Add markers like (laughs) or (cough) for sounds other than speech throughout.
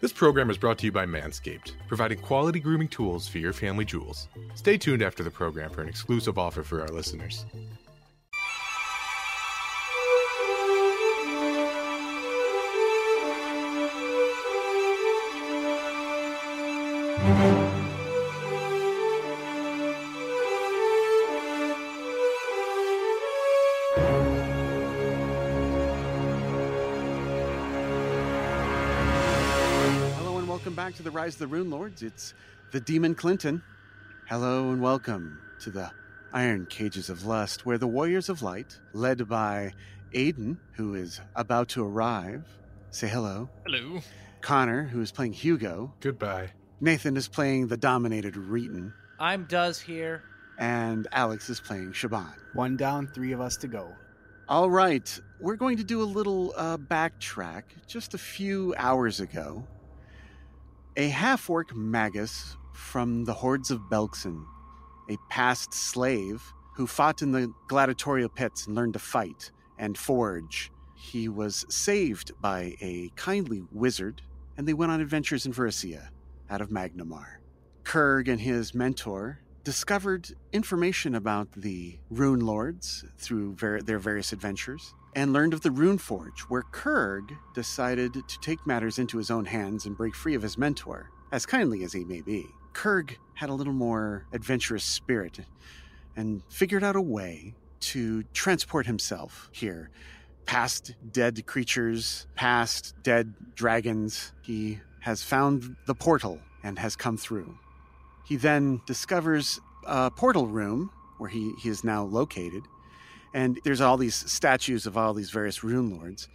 This program is brought to you by Manscaped, providing quality grooming tools for your family jewels. Stay tuned after the program for an exclusive offer for our listeners. Hello and welcome back to the Rise of the Rune Lords. It's the Demon Clinton. Hello and welcome to the Iron Cages of Lust, where the Warriors of Light, led by Aiden, who is about to arrive, say hello. Hello. Connor, who is playing Hugo. Goodbye. Nathan is playing the dominated Reeton. I'm Does here. And Alex is playing Shaban. One down, three of us to go. All right, we're going to do a little uh, backtrack. Just a few hours ago, a half orc magus from the hordes of Belxen, a past slave who fought in the gladiatorial pits and learned to fight and forge, he was saved by a kindly wizard, and they went on adventures in Verisia out of Magnamar. Kurg and his mentor discovered information about the Rune Lords through ver- their various adventures and learned of the Rune Forge, where Kurg decided to take matters into his own hands and break free of his mentor, as kindly as he may be. Kurg had a little more adventurous spirit and figured out a way to transport himself here past dead creatures, past dead dragons. He has found the portal and has come through. He then discovers a portal room where he, he is now located. And there's all these statues of all these various rune lords.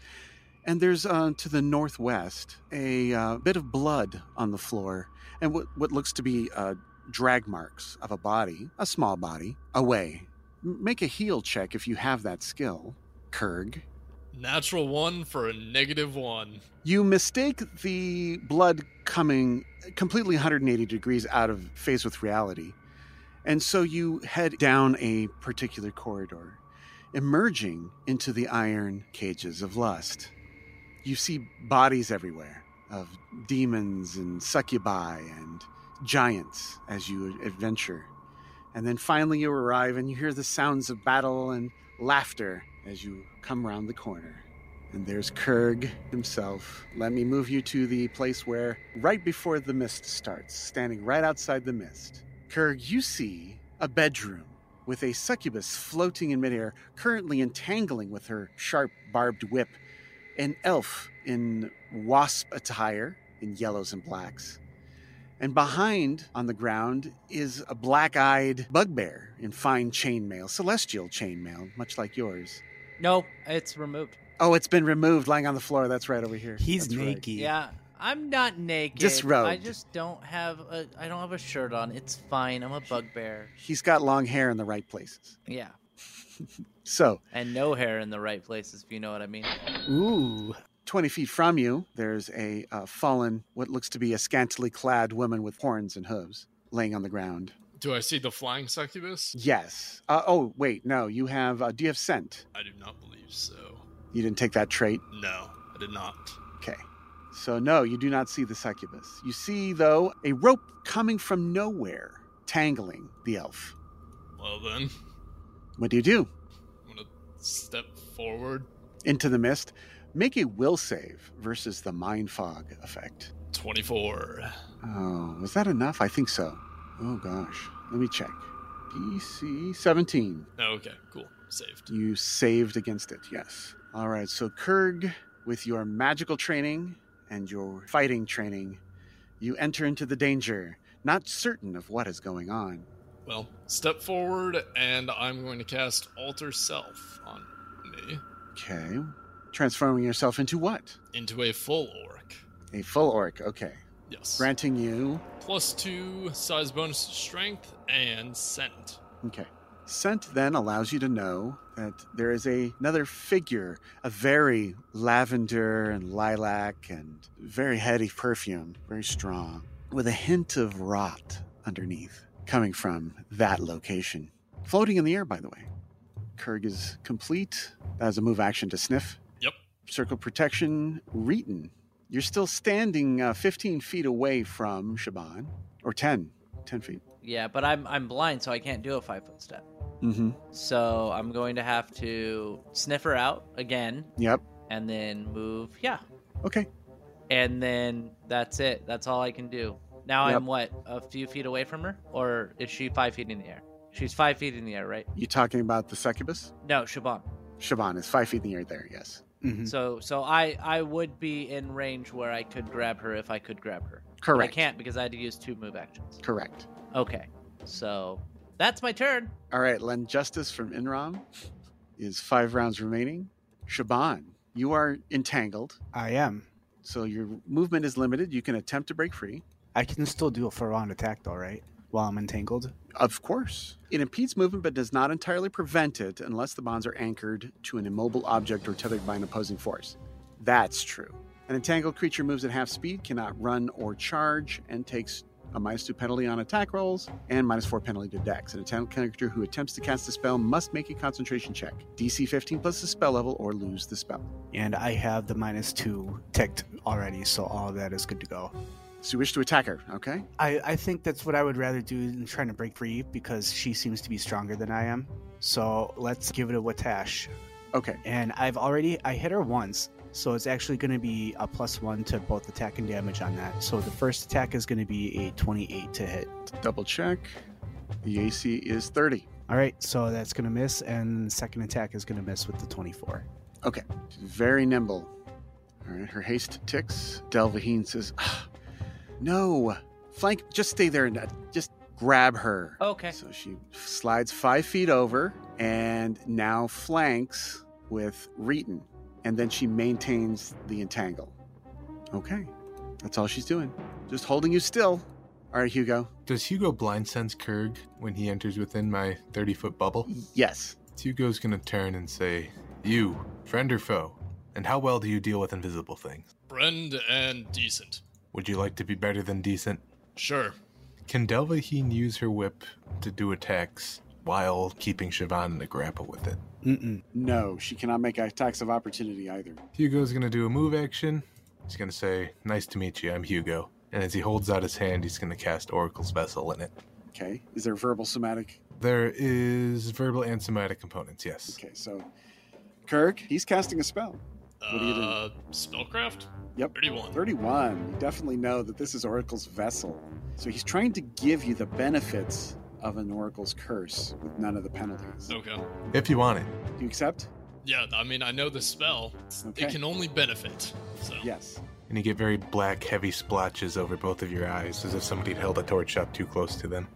And there's uh, to the northwest a uh, bit of blood on the floor and what, what looks to be uh, drag marks of a body, a small body, away. M- Make a heal check if you have that skill, Kurg. Natural one for a negative one. You mistake the blood coming completely 180 degrees out of phase with reality. And so you head down a particular corridor, emerging into the iron cages of lust. You see bodies everywhere of demons and succubi and giants as you adventure. And then finally you arrive and you hear the sounds of battle and laughter as you come round the corner. And there's Kurg himself. Let me move you to the place where, right before the mist starts, standing right outside the mist, Kurg, you see a bedroom with a succubus floating in midair, currently entangling with her sharp barbed whip an elf in wasp attire in yellows and blacks. And behind on the ground is a black eyed bugbear in fine chainmail, celestial chainmail, much like yours. No, it's removed. Oh, it's been removed, lying on the floor. That's right over here. He's That's right. naked. Yeah, I'm not naked. Disrobed. I just don't have a. I don't have a shirt on. It's fine. I'm a bugbear. He's got long hair in the right places. Yeah, So, and no hair in the right places. If you know what I mean. Ooh. 20 feet from you, there's a uh, fallen, what looks to be a scantily clad woman with horns and hooves laying on the ground. Do I see the flying succubus? Yes. Uh, oh, wait, no. You have, uh, do you have scent? I do not believe so. You didn't take that trait? No, I did not. Okay. So, no, you do not see the succubus. You see, though, a rope coming from nowhere, tangling the elf. Well then, What do you do? I'm gonna step forward Into the mist, make a will save versus the mind fog effect. 24. Oh, was that enough? I think so. Oh, gosh. Let me check. DC 17. Okay, cool. Saved. You saved against it, yes. All right, so Kurg, with your magical training and your fighting training, you enter into the danger, not certain of what is going on. Well, step forward and I'm going to cast Alter Self on me Okay. Transforming yourself into what? into a full orc. A full orc, okay. Yes. Granting you, Plus two size bonus to strength and scent. okay. Scent then allows you to know that there is a, another figure, a very lavender and lilac and very heady perfume, very strong, with a hint of rot underneath coming from that location. Floating in the air, by the way. Kurg is complete. That is a move action to sniff. Yep. Circle protection, Reeton. You're still standing uh, 15 feet away from Shaban, or 10, 10 feet. Yeah, but I'm I'm blind, so I can't do a five foot step. Mm-hmm. So I'm going to have to sniff her out again, Yep. and then move. Yeah, Okay. and then that's it. That's all I can do. Now Yep. I'm what a few feet away from her, or is she five feet in the air? She's five feet in the air, right? You talking about the succubus? No, Shaban. Shaban is five feet in the air there, yes. hmm So so I I would be in range where I could grab her if I could grab her. But Correct. I can't because I had to use two move actions. Correct. Okay, so that's my turn. All right, Len Justice from Inram is five rounds remaining. Shaban, you are entangled, I am. so your movement is limited. You can attempt to break free. I can still do a full round attack though, right? While I'm entangled. Of course. It impedes movement but does not entirely prevent it unless the bonds are anchored to an immobile object or tethered by an opposing force. That's true. An entangled creature moves at half speed, cannot run or charge, and takes a minus two penalty on attack rolls and minus four penalty to dex. An entangled character who attempts to cast a spell must make a concentration check, DC 15 plus the spell level, or lose the spell. And I have the minus two ticked already, so all of that is good to go. So you wish to attack her, okay? I, I think that's what I would rather do than trying to break free because she seems to be stronger than I am. So let's give it a Watash. Okay. And I've already I hit her once, so it's actually gonna be a plus one to both attack and damage on that. So the first attack is gonna be a twenty-eight to hit. Double check. The AC is 30. Alright, so that's gonna miss, and the second attack is gonna miss with the twenty-four. She's very nimble. All right, her haste ticks. Delvaheen says, "Ah, "No, flank. Just stay there and uh, just grab her." Okay. So she slides five feet over and now flanks with Reeton, and then she maintains the entangle. Okay, that's all she's doing. Just holding you still. All right, Hugo. Does Hugo blind sense Kurg when he enters within my 30 foot bubble? Yes. Hugo's gonna turn and say, You, friend or foe? And how well do you deal with invisible things? Friend and decent. Would you like to be better than decent? Sure. Can Delvaheen use her whip to do attacks while keeping Siobhan in a grapple with it? Mm-mm. No, she cannot make attacks of opportunity either. Hugo's gonna do a move action. He's gonna say, Nice to meet you, I'm Hugo. And as he holds out his hand, he's gonna cast Oracle's Vessel in it. Okay. Is there verbal somatic? There is verbal and somatic components, yes. Okay, so Kirk, he's casting a spell. What are you doing? Uh, spellcraft? Yep. 31. 31, you definitely know that this is Oracle's vessel. So he's trying to give you the benefits of an Oracle's curse with none of the penalties. Okay. If you want it. You accept? Yeah, I mean, I know the spell. It's- Okay. It can only benefit. So. Yes. And you get very black, heavy splotches over both of your eyes as if somebody had held a torch up too close to them.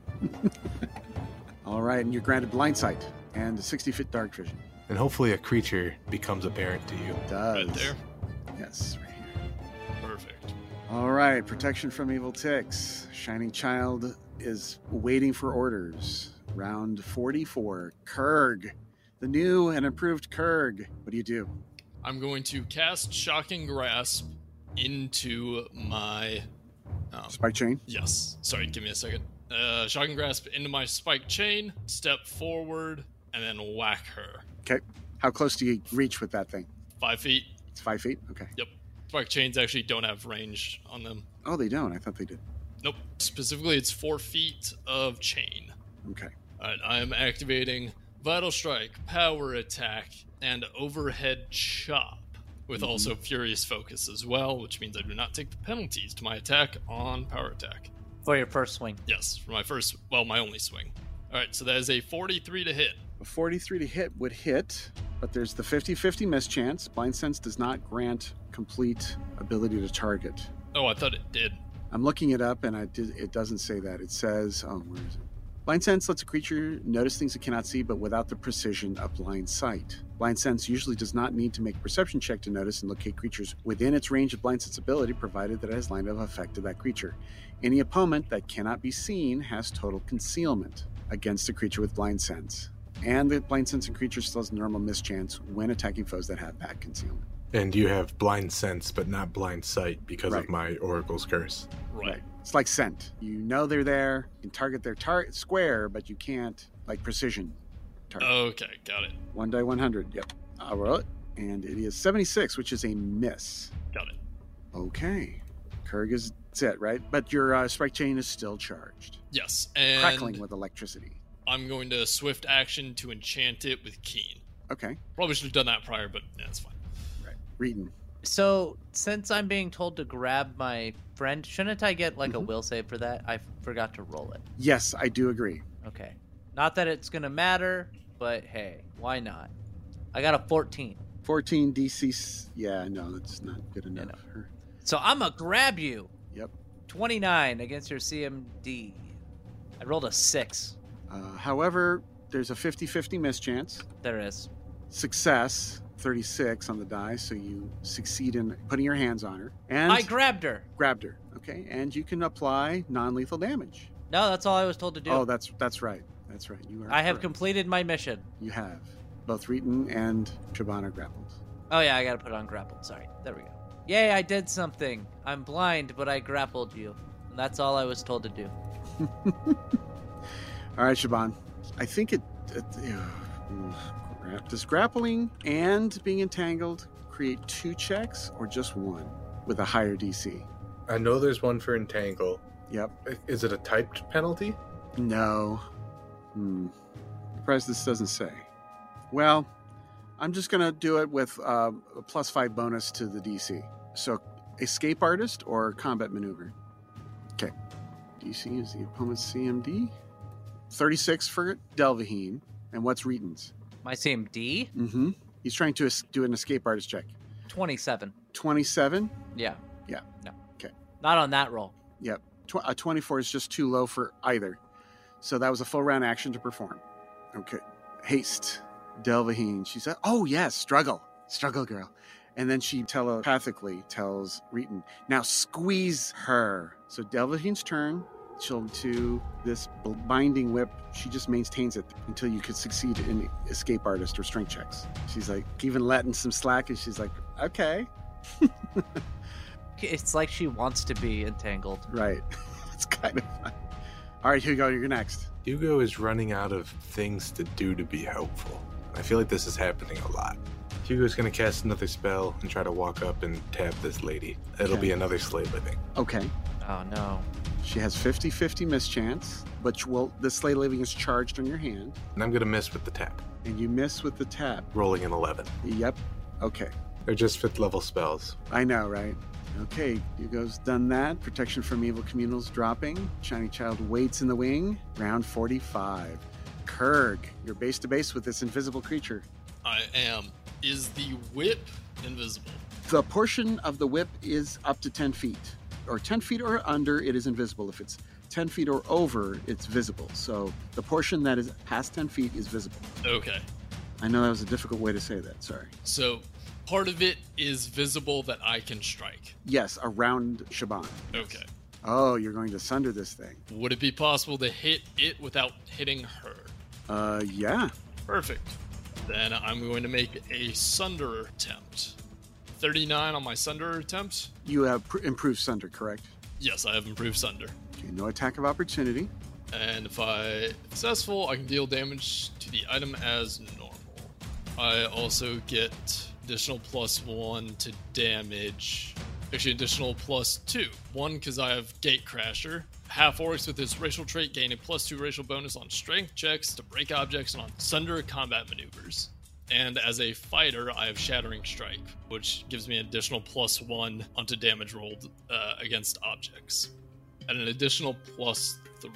All right, and you're granted blindsight and a 60 foot dark vision. And hopefully a creature becomes apparent to you. Does. Right there. Yes, right here. Perfect. All right, protection from evil ticks. Shining Child is waiting for orders. Round 44, Kurg. The new and improved Kurg. What do you do? I'm going to cast Shocking Grasp into my. Um, Spike chain? yes. Sorry, give me a second. Uh, shocking Grasp into my spike chain, step forward, and then whack her. How close do you reach with that thing? Five feet. It's five feet? Okay. Spike chains actually don't have range on them. Oh, they don't. I thought they did. Nope. Specifically, it's four feet of chain. Okay. Alright, I am activating Vital Strike, Power Attack, and Overhead Chop, with Mhm. also Furious Focus as well, which means I do not take the penalties to my attack on Power Attack. For your first swing. Yes, for my first, well, my only swing. Alright, so that is a 43 to hit. A 43 to hit would hit, but there's the 50 50 miss chance. Blind Sense does not grant complete ability to target. Oh, I thought it did. I'm looking it up and I did, it doesn't say that. It says, oh, where is it? Blind sense lets a creature notice things it cannot see, but without the precision of blind sight. Blind sense usually does not need to make a perception check to notice and locate creatures within its range of blind sense ability, provided that it has line of effect to that creature. Any opponent that cannot be seen has total concealment against a creature with blind sense. And the blind sensing creature still has normal mischance when attacking foes that have bad concealment. And you have blind sense, but not blind sight because Right. of my Oracle's curse. Right. It's like scent. You know they're there. You can target their tar- square, but you can't like precision target. Okay, got it. One die 100. Yep. I roll it, and it is 76, which is a miss. Got it. Okay. Kurg is that's it, right? But your uh, spike chain is still charged, Yes, and crackling with electricity. I'm going to swift action to enchant it with Keen. Okay. Probably should have done that prior, but that's fine. Reading. So, since I'm being told to grab my friend, shouldn't I get like a Mhm. will save for that? I forgot to roll it. Yes, I do agree. Okay. Not that it's gonna matter, but hey, why not? I got a 14. 14 DC. s- Yeah, no, that's not good enough. Her- So I'm gonna grab you. Yep. 29 against your CMD. I rolled a 6. Uh, however, there's a 50 50 mischance. There is. Success, 36 on the die, so you succeed in putting your hands on her. And I grabbed her. grabbed her. Okay, and you can apply non lethal damage. No, that's all I was told to do. Oh, that's that's right. That's right. You are. I have correct. completed my mission. You have. Both Reeton and Shabana grappled. Oh yeah, I gotta put on grappled. Sorry. There we go. Yay, I did something. I'm blind, but I grappled you. And that's all I was told to do. All right, Shaban. I think it. it ugh, crap. does grappling and being entangled create two checks or just one with a higher DC? I know there's one for entangle. Yep. I- Is it a typed penalty? No. Hmm. Surprised this doesn't say. Well, I'm just going to do it with uh, a plus five bonus to the DC. So, escape artist or combat maneuver. Okay. DC is the opponent's CMD. 36 for Delvaheen. And what's Reeton's? My CMD? Mm hmm. He's trying to es- do an escape artist check. 27. 27. Yeah. Yeah. No. Okay. Not on that roll. Tw- a 24 is just too low for either. So that was a full round action to perform. Okay. Haste. Delvaheen. She said, Oh, yes, struggle. Struggle, girl. And then she telepathically tells Reeton, Now squeeze her. So Delvaheen's turn. She'll do this bl- binding whip. She just maintains it until you could succeed in escape artist or strength checks. She's like, even letting some slack, and she's like, Okay. It's like she wants to be entangled. Right. (laughs) it's kind of fun. All right, Hugo, you're next. Hugo is running out of things to do to be helpful. I feel like this is happening a lot. Hugo's gonna cast another spell and try to walk up and tap this lady. It'll Okay. be another slay living. Okay. Oh no. She has 50 50 mischance, but you will, the Slay Living is charged on your hand, And I'm gonna miss with the tap, and you miss with the tap. rolling an 11. Yep. Okay. They're just fifth level spells. I know, right? Okay, Hugo's done that. Protection from evil communals dropping. Shiny Child waits in the wing. Round 45. Kurg, you're base to base with this invisible creature. I am. Is the whip invisible? The portion of the whip is up to 10 feet, or 10 feet or under, it is invisible. If it's 10 feet or over, it's visible. So the portion that is past 10 feet is visible. Okay. I know that was a difficult way to say that. Sorry. So part of it is visible that I can strike. Yes, around Shaban. Okay. Oh, you're going to sunder this thing. Would it be possible to hit it without hitting her? Uh, yeah. Perfect. Then I'm going to make a Sunderer attempt. 39 on my Sunderer attempt? You have pr- improved sunder, correct? Yes, I have improved Sunder. Okay, no attack of opportunity. And if I successful, I can deal damage to the item as normal. I also get additional plus one to damage. Actually, additional plus two. One because I have Gate Crasher. Half orcs with this racial trait gain a plus two racial bonus on strength checks to break objects and on sunder combat maneuvers. And as a fighter, I have Shattering Strike, which gives me an additional plus one onto damage rolled uh, against objects, and an additional plus three.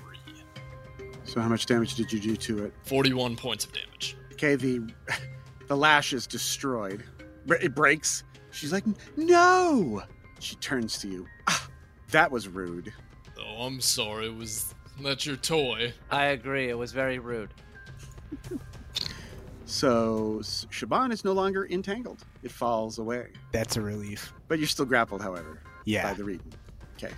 So how much damage did you do to it? 41 points of damage. Okay, the (laughs) the lash is destroyed. Br- It breaks. She's like, no. She turns to you. Ah, that was rude. Oh, I'm sorry. Was that your toy? I agree. It was very rude. So S- Shaban is no longer entangled. It falls away, That's a relief. but you're still grappled, however, by Yeah. the Reeton. Okay.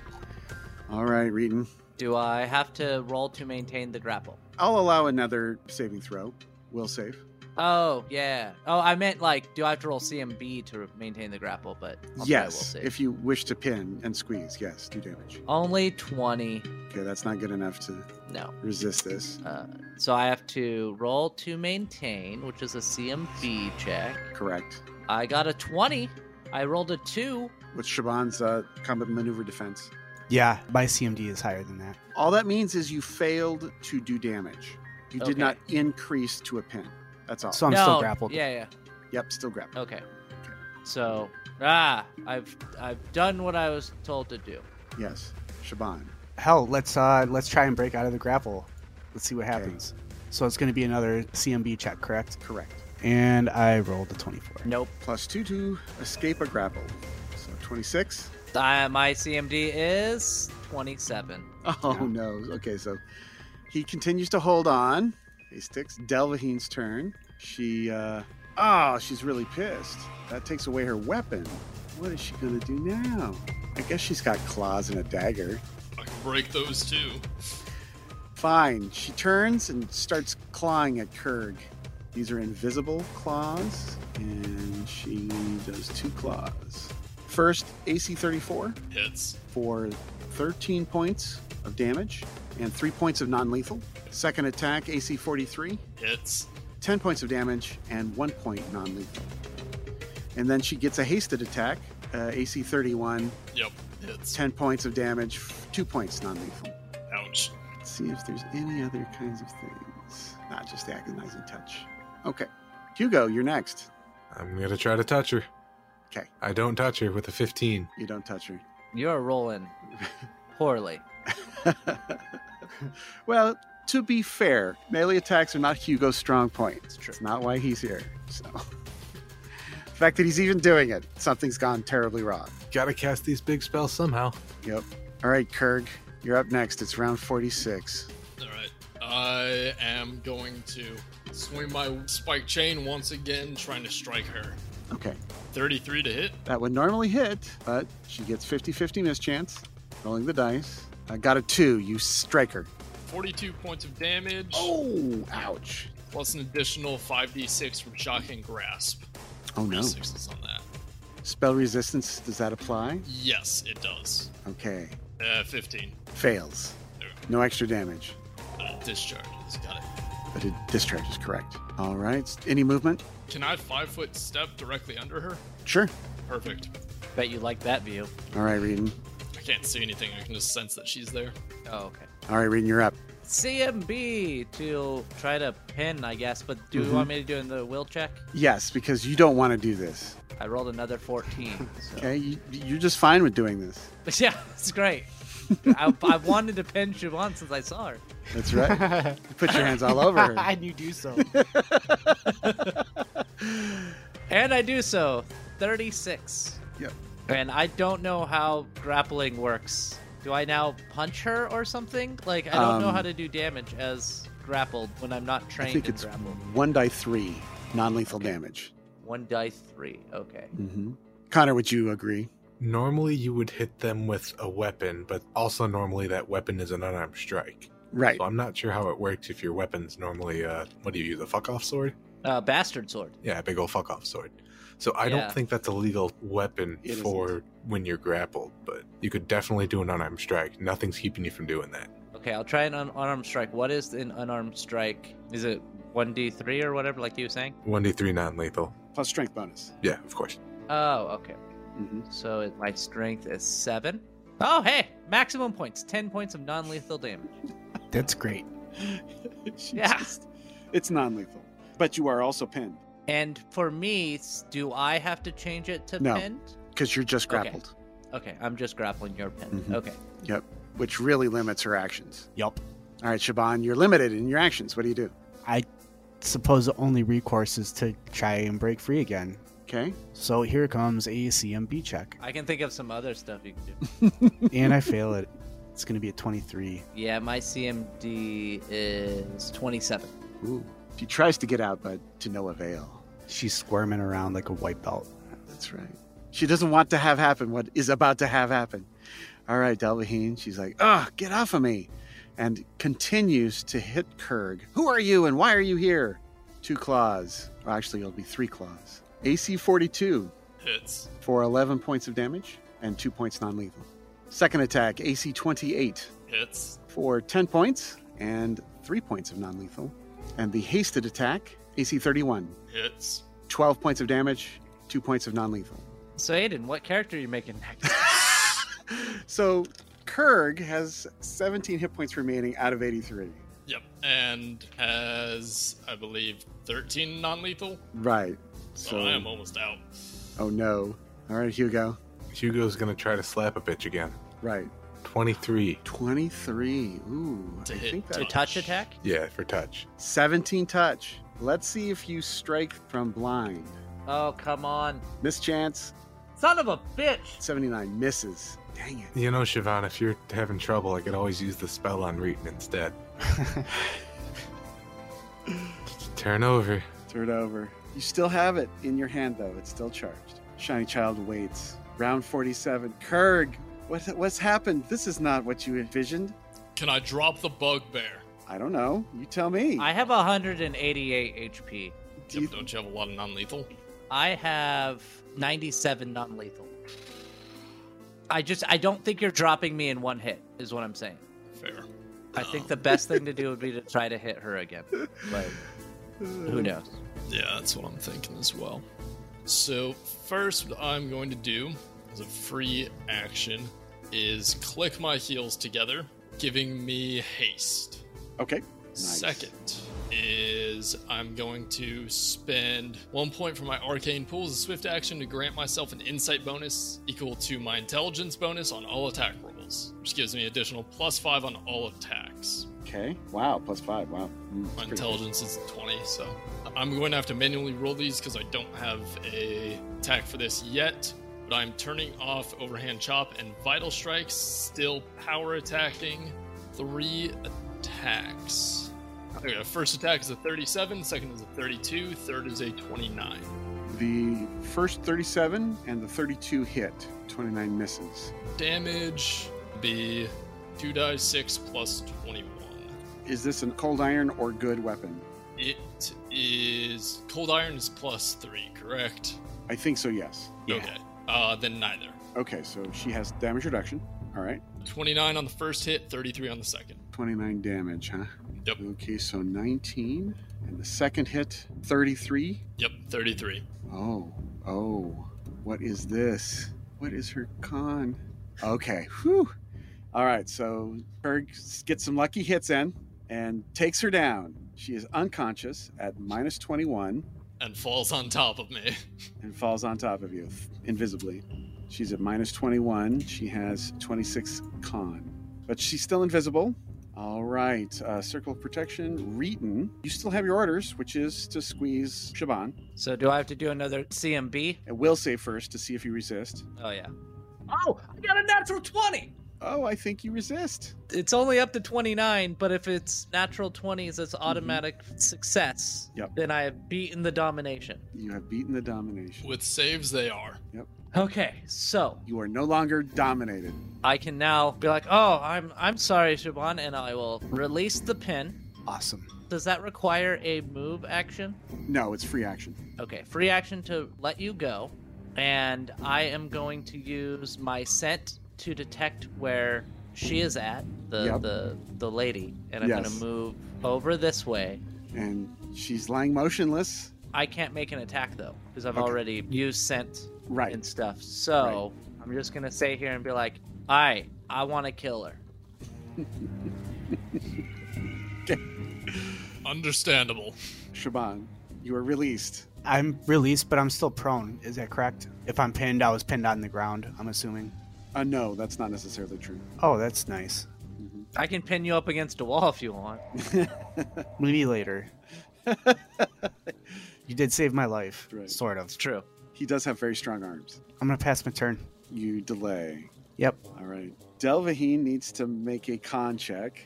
All right, Reeton. Do I have to roll to maintain the grapple? I'll allow another saving throw. Will save. Oh yeah. Oh, I meant like, do I have to roll CMB to maintain the grapple? But I'll try will yes, save. if you wish to pin and squeeze, yes, do damage. only twenty. Okay, that's not good enough to No. resist this. Uh, so I have to roll to maintain, which is a CMB check. Correct. I got a twenty. I rolled a two. What's Shaban's uh, combat maneuver defense? Yeah, my CMD is higher than that. All that means is you failed to do damage. You did Okay. not increase to a pin. That's all. So I'm no, still grappled. Yeah, yeah. yep, still grappled. Okay. So ah, I've I've done what I was told to do. Yes, Shaban. Hell, let's uh let's try and break out of the grapple. Let's see what happens. So it's going to be another CMB check, correct? Correct. And I rolled a 24. Nope. Plus two to escape a grapple. So 26. Uh, my CMD is 27. (laughs) Oh, Yeah. no. Okay, so he continues to hold on. He sticks. Delvahine's turn. She, uh, ah, she's really pissed. That takes away her weapon. What is she going to do now? I guess she's got claws and a dagger. I can break those too. Fine. She turns and starts clawing at Kurg. These are invisible claws, and she does two claws. First, AC 34 Hits. for 13 points of damage and 3 points of non lethal. Second attack, AC 43, Hits. 10 points of damage and 1 point non lethal. And then she gets a hasted attack, uh, AC 31, Yep. Hits. 10 points of damage, 2 points non lethal. Ouch. Let's see if there's any other kinds of things. Not just the agonizing touch. Okay. Hugo, you're next. I'm gonna try to touch her. 'Kay. I don't touch her with a 15. You don't touch her. You're (laughs) rolling poorly. (laughs) well, to be fair, melee attacks are not Hugo's strong point. It's true. It's not why he's here. So the fact that he's even doing it, something's gone terribly wrong. Gotta cast these big spells somehow. Yep. All right, Kurg, you're up next. It's round 46. All right. I am going to swing my spike chain once again, trying to strike her. Okay. 33 to hit. That would normally hit, but she gets 50 50 mischance. Rolling the dice. I got a two. You strike her. 42 points of damage, Oh, ouch. plus an additional 5d6 from shock and grasp. Oh, Three no. sixes on that. Spell resistance, does that apply? Yes, it does. Okay. Uh, 15. Fails. No extra damage, Uh, discharges. Got it. but it discharges correct. All right. Any movement? Can I five foot step directly under her? Sure. Perfect. Bet you like that view. All right, Reedon. I can't see anything. I can just sense that she's there. Oh, okay. All right, Reedon, you're up. CMB to try to pin, I guess. But do Mm-hmm. Mhm. you want me to do in the will check? Yes, because you don't want to do this. I rolled another 14. (laughs) So. Okay. You, you're just fine with doing this. Yeah, (laughs) it's great. I, I wanted to pin Siobhan since I saw her. That's right. (laughs) You put your hands all over her. you do so. And I do so. 36. Yep. And I don't know how grappling works. Do I now punch her or something? Like, I don't know Um, how to do damage as grappled when I'm not I trained think in it's grapple. one die three, non lethal damage. One die three. Okay. Mm-hmm. Connor, would you agree? Normally, you would hit them with a weapon, but also normally that weapon is an unarmed strike. Right. So I'm not sure how it works if your weapon's normally, uh, what do you use, a fuck off sword? Uh, bastard sword. Yeah, a big old fuck off sword. So I Yeah. don't think that's a legal weapon It isn't. for when you're grappled, but you could definitely do an unarmed strike. Nothing's keeping you from doing that. Okay, I'll try an un- unarmed strike. What is an unarmed strike? Is it 1d3 or whatever, like you were saying? 1d3 non lethal. Plus strength bonus. Yeah, of course. Oh, okay. Mm-hmm. So it, my strength is seven. Oh, hey! Maximum points. 10 points of non lethal damage. That's great. (laughs) Yeah. it's non lethal, but you are also pinned And for me, s- do I have to change it to No. pinned? because you're just Okay. grappled, Okay, I'm just grappling your pin. Mhm. Okay. which really limits her actions. Yup. All right, Shaban, you're limited in your actions. What do you do? Suppose the only recourse is to try and break free again. Okay. So here comes a CMB check. I can think of some other stuff you can do. and I fail it. It's going to be a 23. yeah, my CMD is 27. Ooh. She tries to get out, but to no avail. She's squirming around like a white belt. That's right. She doesn't want to have happen what is about to have happen. All right, Delvaheen. She's like, oh, get off of me. And continues to hit Kurg. Who are you and why are you here? Two claws. Well, actually, it'll be three claws. AC 42 Hits. for 11 points of damage and two points non lethal. Second attack, AC 28 Hits. for 10 points and three points of non lethal. And the hasted attack, AC 31, Hits. 12 points of damage, two points of non lethal. So Aiden, what character are you making next? so Kurg has 17 hit points remaining out of 83. Yep. And has, I believe, 13 non lethal. Right. So So, I am almost out. oh no. All right, Hugo. Hugo's gonna try to slap a bitch again. Right. 23. 23. Ooh. To I hit think to that touch attack? Yeah, for touch. 17 touch. Let's see if you strike from blind. Oh come on, Miss Chance, son of a bitch! 79 misses. Dang it. You know, Siobhan, if you're having trouble, I could always use the spell on Reeton (laughs) instead. Turn over. Turn over. You still have it in your hand, though. It's still charged. Shiny Child waits. Round 47. Kurg, what, what's happened? This is not what you envisioned. Can I drop the bugbear? I don't know. You tell me. I have 188 HP. Yep, Do you- don't you have a lot of non lethal? I have 97 non-lethal. I just I don't think you're dropping me in one hit is what I'm saying. Fair. I think the best thing to do would be to try to hit her again. But who knows? Yeah, that's what I'm thinking as well. So, first, what I'm going to do as a free action is click my heels together, giving me haste. okay. Nice. Second is I'm going to spend one point from my arcane pool as a swift action to grant myself an insight bonus equal to my intelligence bonus on all attack rolls, which gives me additional plus five on all attacks. Okay. Wow. Plus five. Wow. Mm, that's My pretty intelligence is 20, so I'm going to have to manually roll these because I don't have a attack for this yet. But I'm turning off overhand chop and vital strikes, still power attacking. Three attacks. Okay, first attack is a 37, second is a 32, third is a 29. good. The first 37 and the 32 hit. 29 misses. Damage would be 2 die 6 plus 21. Is this a cold iron or good weapon? It is. Cold iron is plus 3, correct? I think so, yes. Okay. Uh, then neither. Okay, so she has damage reduction. All right. 29 on the first hit, 33 on the second. 29 damage, huh? Yep. Okay, so 19. And the second hit, 33. Yep, 33. Oh, oh. What is this? What is her con? Okay, whew. All right, so Berg gets some lucky hits in and takes her down. She is unconscious at minus 21 And falls on top of me. (laughs) and falls on top of you invisibly. She's at minus 21. She has 26 con, but she's still invisible. All right, uh, circle of protection. Reeton, you still have your orders, which is to squeeze Shaban. So do I have to do another CMB? And will save first to see if you resist. Oh yeah. Oh, I got a natural 20. Oh, I think you resist. It's only up to 29, but if it's natural 20s, it's automatic success. Yep. Then I have beaten the domination. You have beaten the domination. With saves, they are. Okay, so You are no longer dominated. I can now be like, "Oh, I'm I'm sorry, Shaban," and I will release the pin. Awesome. Does that require a move action? No, it's free action. Okay, free action to let you go, and I am going to use my scent to detect where she is at, the Yep. the the lady, and I'm going Yes. to move over this way. And she's lying motionless. I can't make an attack though because I've Okay. already used scent Right. and stuff. So I'm just gonna stay here and be like, "All right, I want to kill her." Understandable. Shaban, you are released. I'm released, but I'm still prone. Is that correct? If I'm pinned, I was pinned on the ground, I'm assuming. Uh, no, that's not necessarily true. Oh, that's nice. I can pin you up against a wall if you want. Maybe later. (laughs) you did save my life, Right. sort of. It's true. He does have very strong arms. I'm going to pass my turn. You delay. Yep. All right. Delvaheen needs to make a con check.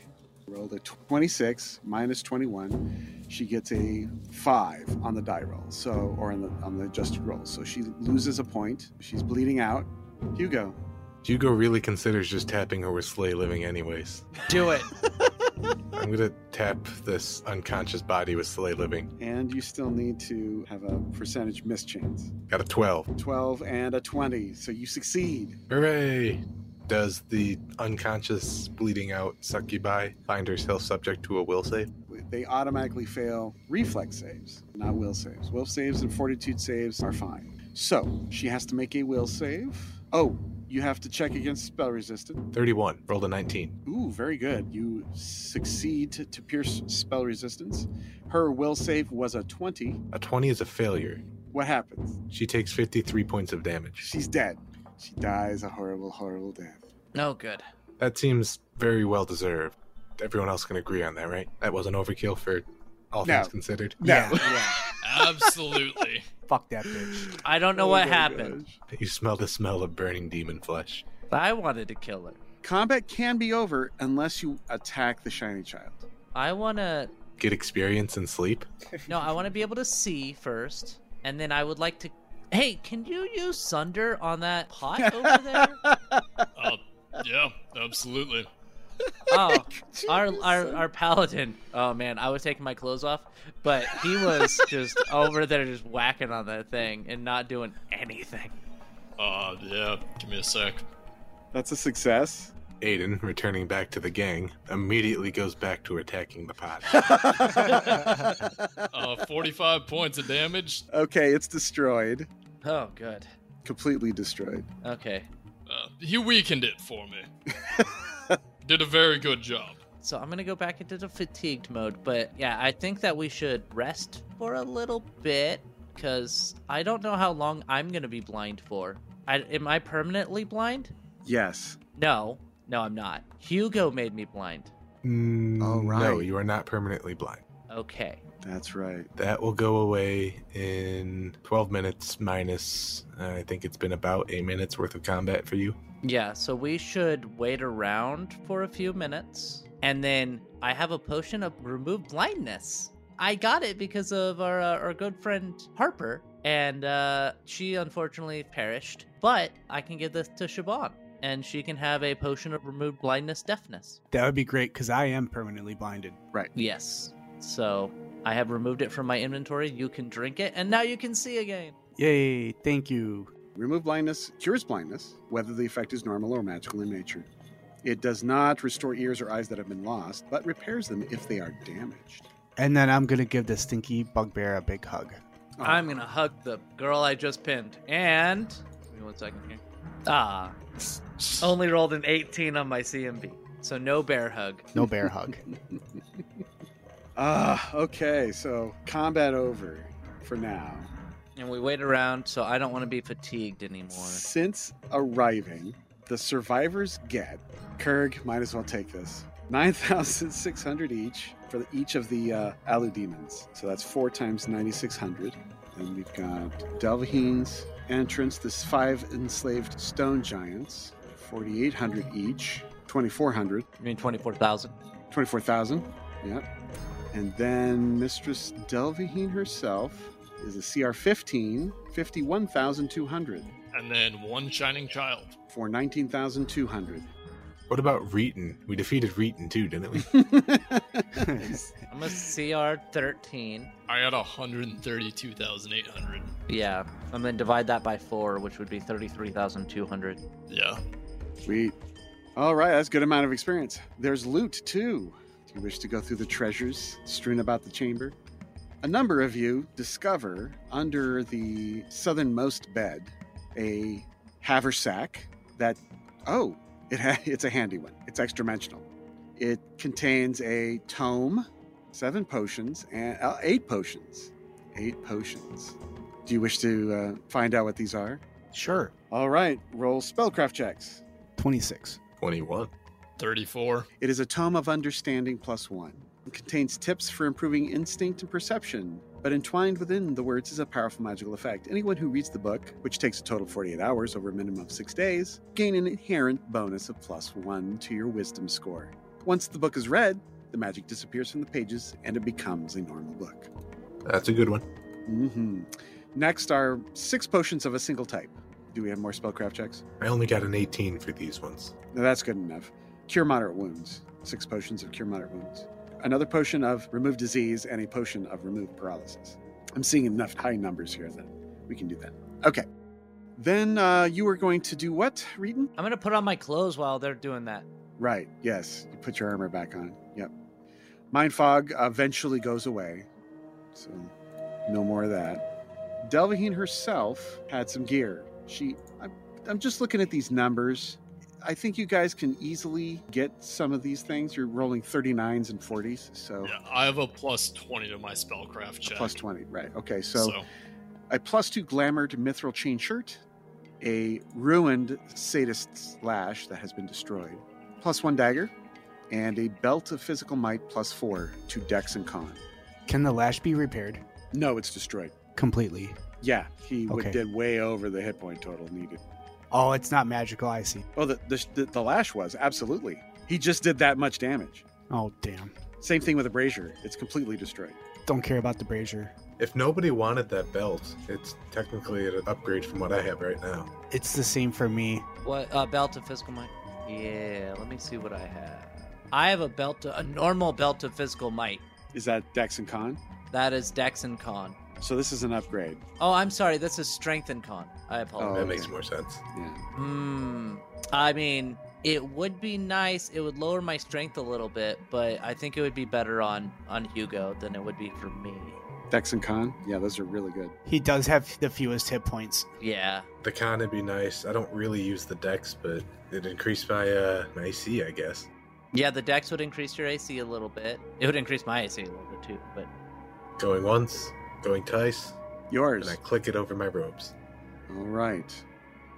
Rolled a 26 minus 21. She gets a 5 on the die roll, so or on the on the adjusted roll. So she loses a point. She's bleeding out. Hugo. Hugo really considers just tapping her with Slay Living, anyways. Do it. I'm gonna tap this unconscious body with Slay Living. And you still need to have a percentage miss chance. Got a 12. 12 and a 20. So you succeed. Hooray! Does the unconscious, bleeding out succubi find herself subject to a will save? They automatically fail reflex saves, not will saves. Will saves and fortitude saves are fine. So she has to make a will save. Oh, you have to check against spell resistant. 31. Rolled a 19. Ooh, very good. You succeed to, to pierce spell resistance. Her will save was a 20. A 20 is a failure. What happens? She takes 53 points of damage. She's dead. She dies a horrible, horrible (laughs) death. No good. That seems very well deserved. Everyone else can agree on that, right? That wasn't overkill for all No. things considered. No. (laughs) Yeah, yeah. Absolutely. (laughs) Fuck that bitch. I don't know Oh what my happened. gosh. You smell the smell of burning demon flesh. I wanted to kill her. Combat can be over unless you attack the shiny child. I (laughs) want to. Get experience and sleep. No, I want to be able to see first, and then I would like to. Hey, can you use Sunder on that (laughs) pot over there? Uh, yeah, absolutely. Oh, our our our paladin. Oh man, I was taking my clothes off, but he (laughs) was just over there, just whacking on that thing and not doing anything. Uh, yeah, give me a sec. That's a success. Aiden, returning back to the gang, immediately goes back to attacking the pot. Uh, 45 points of damage. okay, it's destroyed. Oh, good. Completely destroyed. Okay, Uh, he weakened it for me. Did a very good job. so I'm gonna go back into the fatigued mode, but yeah, I think that we should rest for a little bit because I don't know how long I'm gonna be blind for. I, am I permanently blind? Yes. No, no, I'm not. Hugo made me blind. Mm, No, All right. you are not permanently blind. Okay. That's right. That will go away in 12 minutes minus, uh, I think it's been about 8 minutes worth of combat for you. Yeah, so we should wait around for a few minutes. And then I have a potion of remove blindness. I got it because of our, uh, our good friend Harper, and uh, she unfortunately perished. But I can give this to Siobhan, and she can have a potion of remove blindness deafness. That would be great because I am permanently blinded. Yes. So I have removed it from my inventory. You can drink it, and now you can see again. Yay! Thank you. Remove blindness cures blindness, whether the effect is normal or magical in nature. It does not restore ears or eyes that have been lost, but repairs them if they are damaged. And then I'm gonna give the stinky bugbear a big hug. Oh, I'm gonna hug the girl I just pinned. And give me one second here. Ah, only rolled an 18 on my CMB, so no bear hug. No (laughs) bear hug. Ah, okay. So combat over for now. And we wait around, so I don't want to be fatigued anymore. Since arriving, the survivors get Kurg. Might as well take this. Nine thousand six hundred each for each of the uh, Alu demons. So that's four times ninety-six hundred. Then we've got Delvaheen's entrance. This five enslaved stone giants, forty-eight hundred each. Twenty-four hundred. I mean, 24,000. 24,000. Yep. And then Mistress Delvaheen herself is a CR 15, 51,200 And then one shining child. for (laughs) 19,200. What about Reeton? We defeated Reeton too, didn't we? I'm a CR 13. I got 132,800. Yeah, and then divide that by four, which would be 33,200. Yeah. Sweet. All right, that's a good amount of experience. There's loot too. Do you wish to go through the treasures strewn about the chamber? A number of you discover under the southernmost bed a haversack that, oh, it ha- (laughs) it's a handy one. It's extra dimensional. It contains a tome, seven potions, and uh, eight potions. Eight potions. Do you wish to uh, find out what these are? (laughs) sure. All right, roll spellcraft checks. Twenty-six. 21. 34. It is a tome of understanding plus one. It contains tips for improving instinct and perception, but entwined within the words is a powerful magical effect. Anyone who reads the book, which takes a total of 48 hours over a minimum of six days, gain an inherent bonus of plus one to your wisdom score. Once the book is read, the magic disappears from the pages and it becomes a normal book. That's a good one. hmm Next are six potions of a single type. Do we have more spellcraft checks? I only got an 18 for these ones. No, that's good enough. Cure moderate wounds. Six potions of cure moderate wounds. Another potion of remove disease and a potion of remove paralysis. I'm seeing enough high numbers here that we can do that. Okay. Then uh, you are going to do what, Reeton? I'm gonna put on my clothes while they're doing that. Right. Yes. You put your armor back on. Yep. Mind fog eventually goes away. So no more of that. Delvaheen herself had some gear. She, I'm, I'm just looking at these numbers. I think you guys can easily get some of these things. You're rolling 39s and 40s, so Yeah, I have a plus 20 to my spellcraft check. Oh. plus 20, right? Okay, so, a plus two glamour to mithril chain shirt, a ruined sadist's lash that has been destroyed, plus one dagger, and a belt of physical might plus four to Dex and Con. Can the lash be repaired No, it's destroyed. completely? Yeah, he would Okay. did way over the hit point total needed. Oh, it's not magical. I see. Oh, the, the, the, the lash was, absolutely. He just did that much damage. Oh, damn. Same thing with the brazier. It's completely destroyed. Don't care about the brazier. If nobody wanted that belt, it's technically an upgrade from what I have right now. It's the same for me. What uh, belt of physical might? Yeah, let me see what I have. I have a belt, of, a normal belt of physical might. Is that Dex and Con? That is Dex and Con. So this is an upgrade. Oh, I'm sorry. This is Strength and Con. I apologize. That okay. makes more sense. Yeah. Hmm. I mean, it would be nice. It would lower my strength a little bit, but I think it would be better on on Hugo than it would be for me. Dex and Con? Yeah, those are really good. He does have the fewest hit points. Yeah. The con would be nice. I don't really use the dex, but it increased my, uh, my AC, I guess. Yeah, the dex would increase your AC a little bit. It would increase my AC a little bit too, but Going once, going twice, Yours. and I click it over my robes. All right.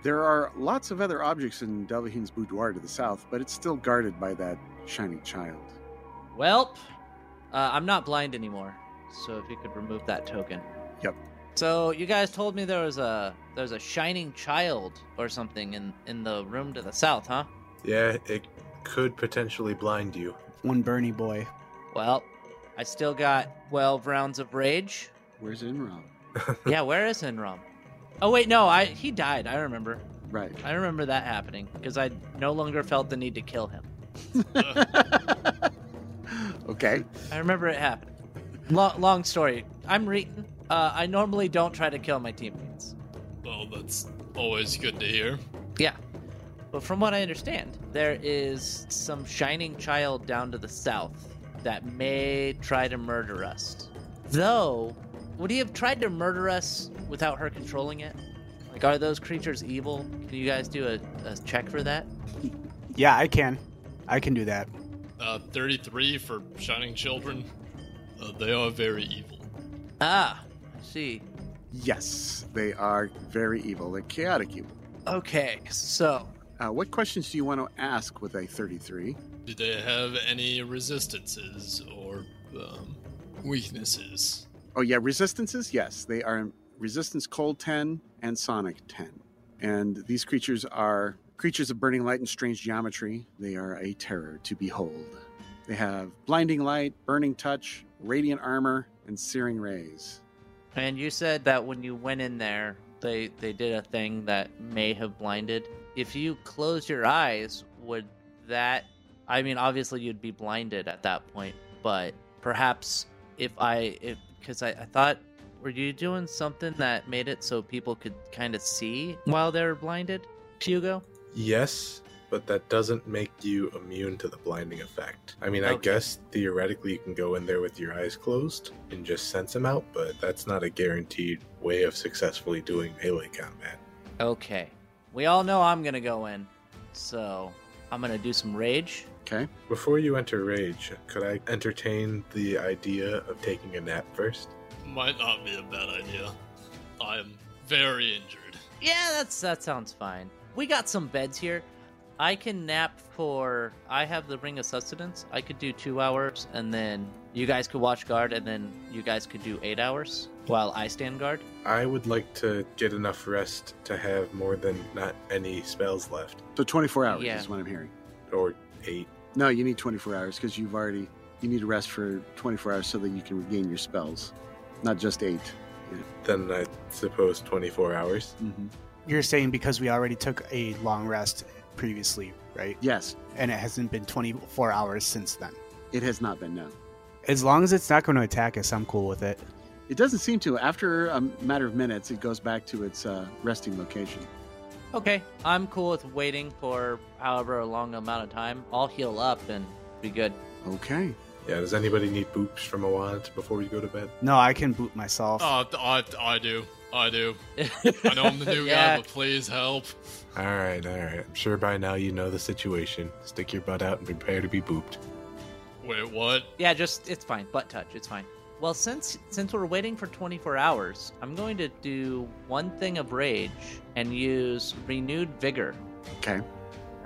There are lots of other objects in Delvaheen's boudoir to the south, but it's still guarded by that shiny child. Welp, uh, I'm not blind anymore. So if you could remove that token. Yep. So you guys told me there was a there's a shining child or something in in the room to the south, huh? Yeah, it could potentially blind you. One Bernie boy. Well, I still got 12 rounds of rage. Where's Inram? yeah, where is Enrom? Oh wait, no, I he died. I remember. Right. I remember that happening because I no longer felt the need to kill him. okay. I remember it happening. Long, long story. I'm Reeton. Uh, I normally don't try to kill my teammates. Well, that's always good to hear. Yeah. But from what I understand, there is some shining child down to the south that may try to murder us. Though, would he have tried to murder us without her controlling it? Like, are those creatures evil? Can you guys do a, a check for that? Yeah, I can. I can do that. Uh, 33 for Shining Children. Uh, they are very evil. Ah, I see. Yes, they are very evil. They're chaotic evil. Okay, so Uh, what questions do you want to ask with a 33? Do they have any resistances or um, weaknesses? Oh, yeah, resistances? Yes, they are resistance cold 10 and sonic 10. And these creatures are creatures of burning light and strange geometry. They are a terror to behold. They have blinding light, burning touch, radiant armor, and searing rays. And you said that when you went in there, they they did a thing that may have blinded. If you close your eyes, would that I mean obviously you'd be blinded at that point, but perhaps if I if cuz I, I thought were you doing something that made it so people could kind of see while they were blinded? Hugo? Yes, but that doesn't make you immune to the blinding effect. I mean, I Okay. guess theoretically you can go in there with your eyes closed and just sense them out, but that's not a guaranteed way of successfully doing melee combat. Okay. We all know I'm going to go in. So, I'm going to do some rage. Okay? Before you enter rage, could I entertain the idea of taking a nap first? Might not be a bad idea. I'm very injured. Yeah, that's that sounds fine. We got some beds here. I can nap for I have the ring of sustenance. I could do two hours and then you guys could watch guard and then you guys could do eight hours while I stand guard. I would like to get enough rest to have more than not any spells left, So 24 hours Yeah. is what I'm hearing. or eight. No, you need 24 hours because you've already, you need to rest for 24 hours so that you can regain your spells, not just 8 Then I suppose 24 hours. Mm-hmm. You're saying because we already took a long rest previously, right? Yes, And it hasn't been 24 hours since then. it has not been known. As long as it's not going to attack us, I'm cool with it. It doesn't seem to. After a matter of minutes, it goes back to its uh, resting location. Okay. I'm cool with waiting for however long amount of time. I'll heal up and be good. Okay. Yeah, does anybody need boops from a wand before we go to bed? Oh, No, I can boot myself. Uh, I, I do. I do. I know I'm the new guy, Yeah. but please help. All right, all right. I'm sure by now you know the situation. Stick your butt out and prepare to be booped. Wait, what? Yeah, just it's fine. Butt touch, it's fine. Well, since since we're waiting for 24 hours, I'm going to do one thing of rage and use renewed vigor. Okay.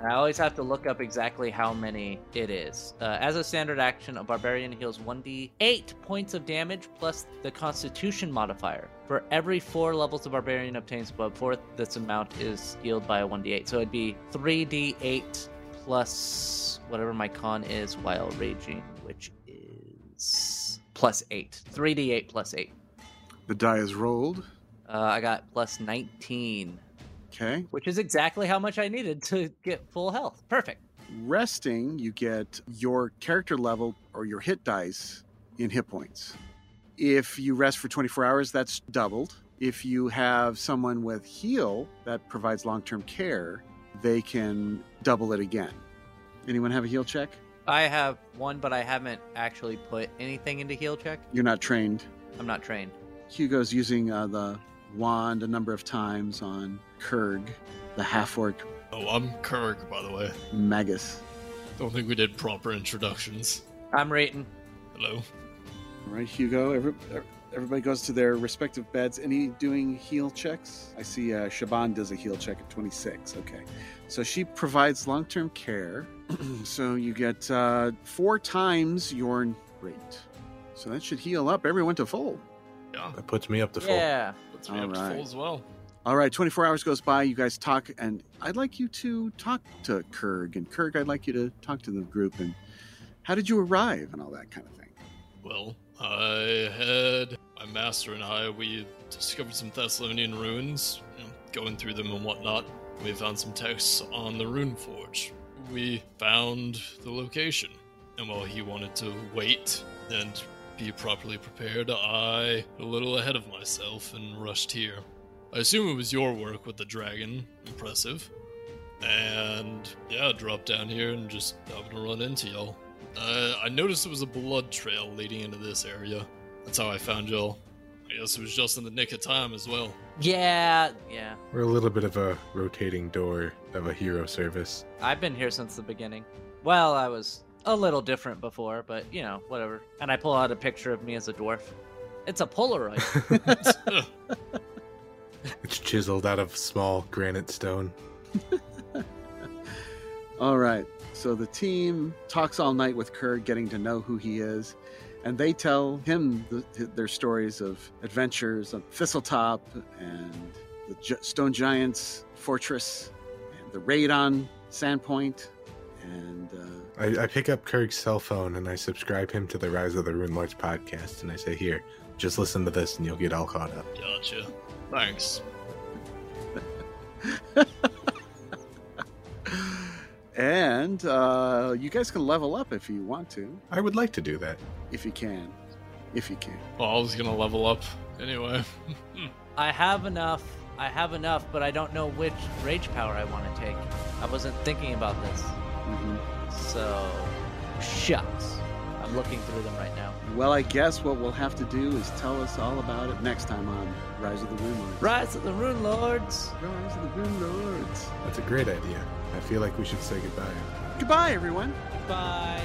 I always have to look up exactly how many it is. Uh, as a standard action, a barbarian heals 1d8 points of damage plus the Constitution modifier. For every four levels the barbarian obtains above fourth, this amount is healed by a 1d8. So it'd be 3d8 plus whatever my con is while raging, which is plus 8. 3d8 plus 8. The die is rolled. Uh, I got plus 19, Okay. which is exactly how much I needed to get full health. Perfect. Resting, you get your character level or your hit dice in hit points. If you rest for 24 hours, that's doubled. If you have someone with heal that provides long term care, they can double it again. Anyone have a heal check? I have one, but I haven't actually put anything into heal check. You're not trained. I'm not trained. Hugo's using uh, the wand a number of times on Kurg, the half orc Oh, I'm Kirk, by the way. magus. Don't think we did proper introductions. I'm rating. Hello. All right, Hugo. Every, er, everybody goes to their respective beds. Any doing heal checks? I see uh, Shaban does a heal check at 26. Okay. So she provides long term care. (clears throat) so you get uh, four times your rate. So that should heal up everyone to full. Yeah, That puts me up to full. Yeah. let's be up to Alright. full as well. All right, 24 hours goes by. You guys talk, and I'd like you to talk to Kurg. And Kurg, I'd like you to talk to the group. And how did you arrive and all that kind of thing? Well, I had my master and I we discovered some Thessalonian ruins, you know, going through them and whatnot. We found some texts on the rune forge. We found the location, and while he wanted to wait and be properly prepared, I a little ahead of myself and rushed here. I assume it was your work with the dragon. Impressive. And yeah, dropped down here and just happened to run into y'all. Uh, I noticed there was a blood trail leading into this area. That's how I found y'all. I guess it was just in the nick of time as well. Yeah. Yeah. We're a little bit of a rotating door of a hero service. I've been here since the beginning. Well, I was a little different before, but you know, whatever. And I pull out a picture of me as a dwarf. It's a Polaroid. It's chiseled out of small granite stone. All right. So the team talks all night with Kurg, getting to know who he is, and they tell him the, their stories of adventures of Thistletop and the Gi- Stone Giants Fortress, and the raid on Sandpoint, and uh, I, I pick up Kirk's cell phone and I subscribe him to the Rise of the Rune Lords podcast, and I say, "Here, just listen to this, and you'll get all caught up." Gotcha. Thanks. and uh, you guys can level up if you want to, I would like to do that. if you can, if you can. Well, I was gonna level up anyway. I have enough. I have enough, but I don't know which rage power I want to take. I wasn't thinking about this. hmm So, shucks. I'm looking through them right now. Well, I guess what we'll have to do is tell us all about it next time on Rise of the Rune Lords. Rise of the Rune Lords. Rise of the Rune Lords. That's a great idea. I feel like we should say goodbye. Goodbye, everyone. Bye.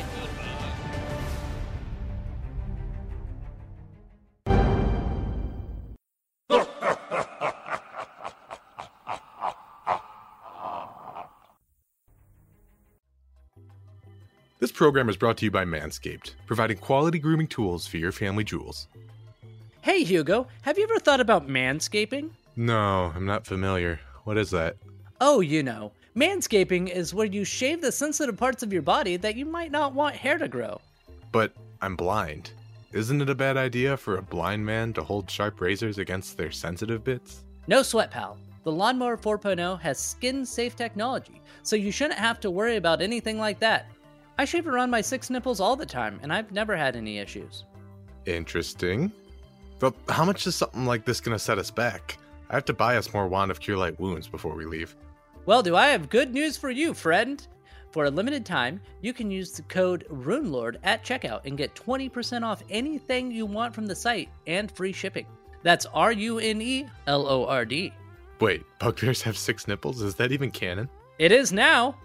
This program is brought to you by Manscaped, providing quality grooming tools for your family jewels. Hey, Hugo, have you ever thought about manscaping? No, I'm not familiar. What is that? Oh, you know, manscaping is where you shave the sensitive parts of your body that you might not want hair to grow. But I'm blind. Isn't it a bad idea for a blind man to hold sharp razors against their sensitive bits? No sweat, pal. The Lawnmower 4.0 has skin safe technology, so you shouldn't have to worry about anything like that. I shave around my six nipples all the time, and I've never had any issues. Interesting. But how much is something like this gonna set us back? I have to buy us more wand of cure light wounds before we leave. Well, do I have good news for you, friend? For a limited time, you can use the code RUNELORD at checkout and get 20% off anything you want from the site and free shipping. That's R U N E L O R D. Wait, bugbears have six nipples? Is that even canon? It is now.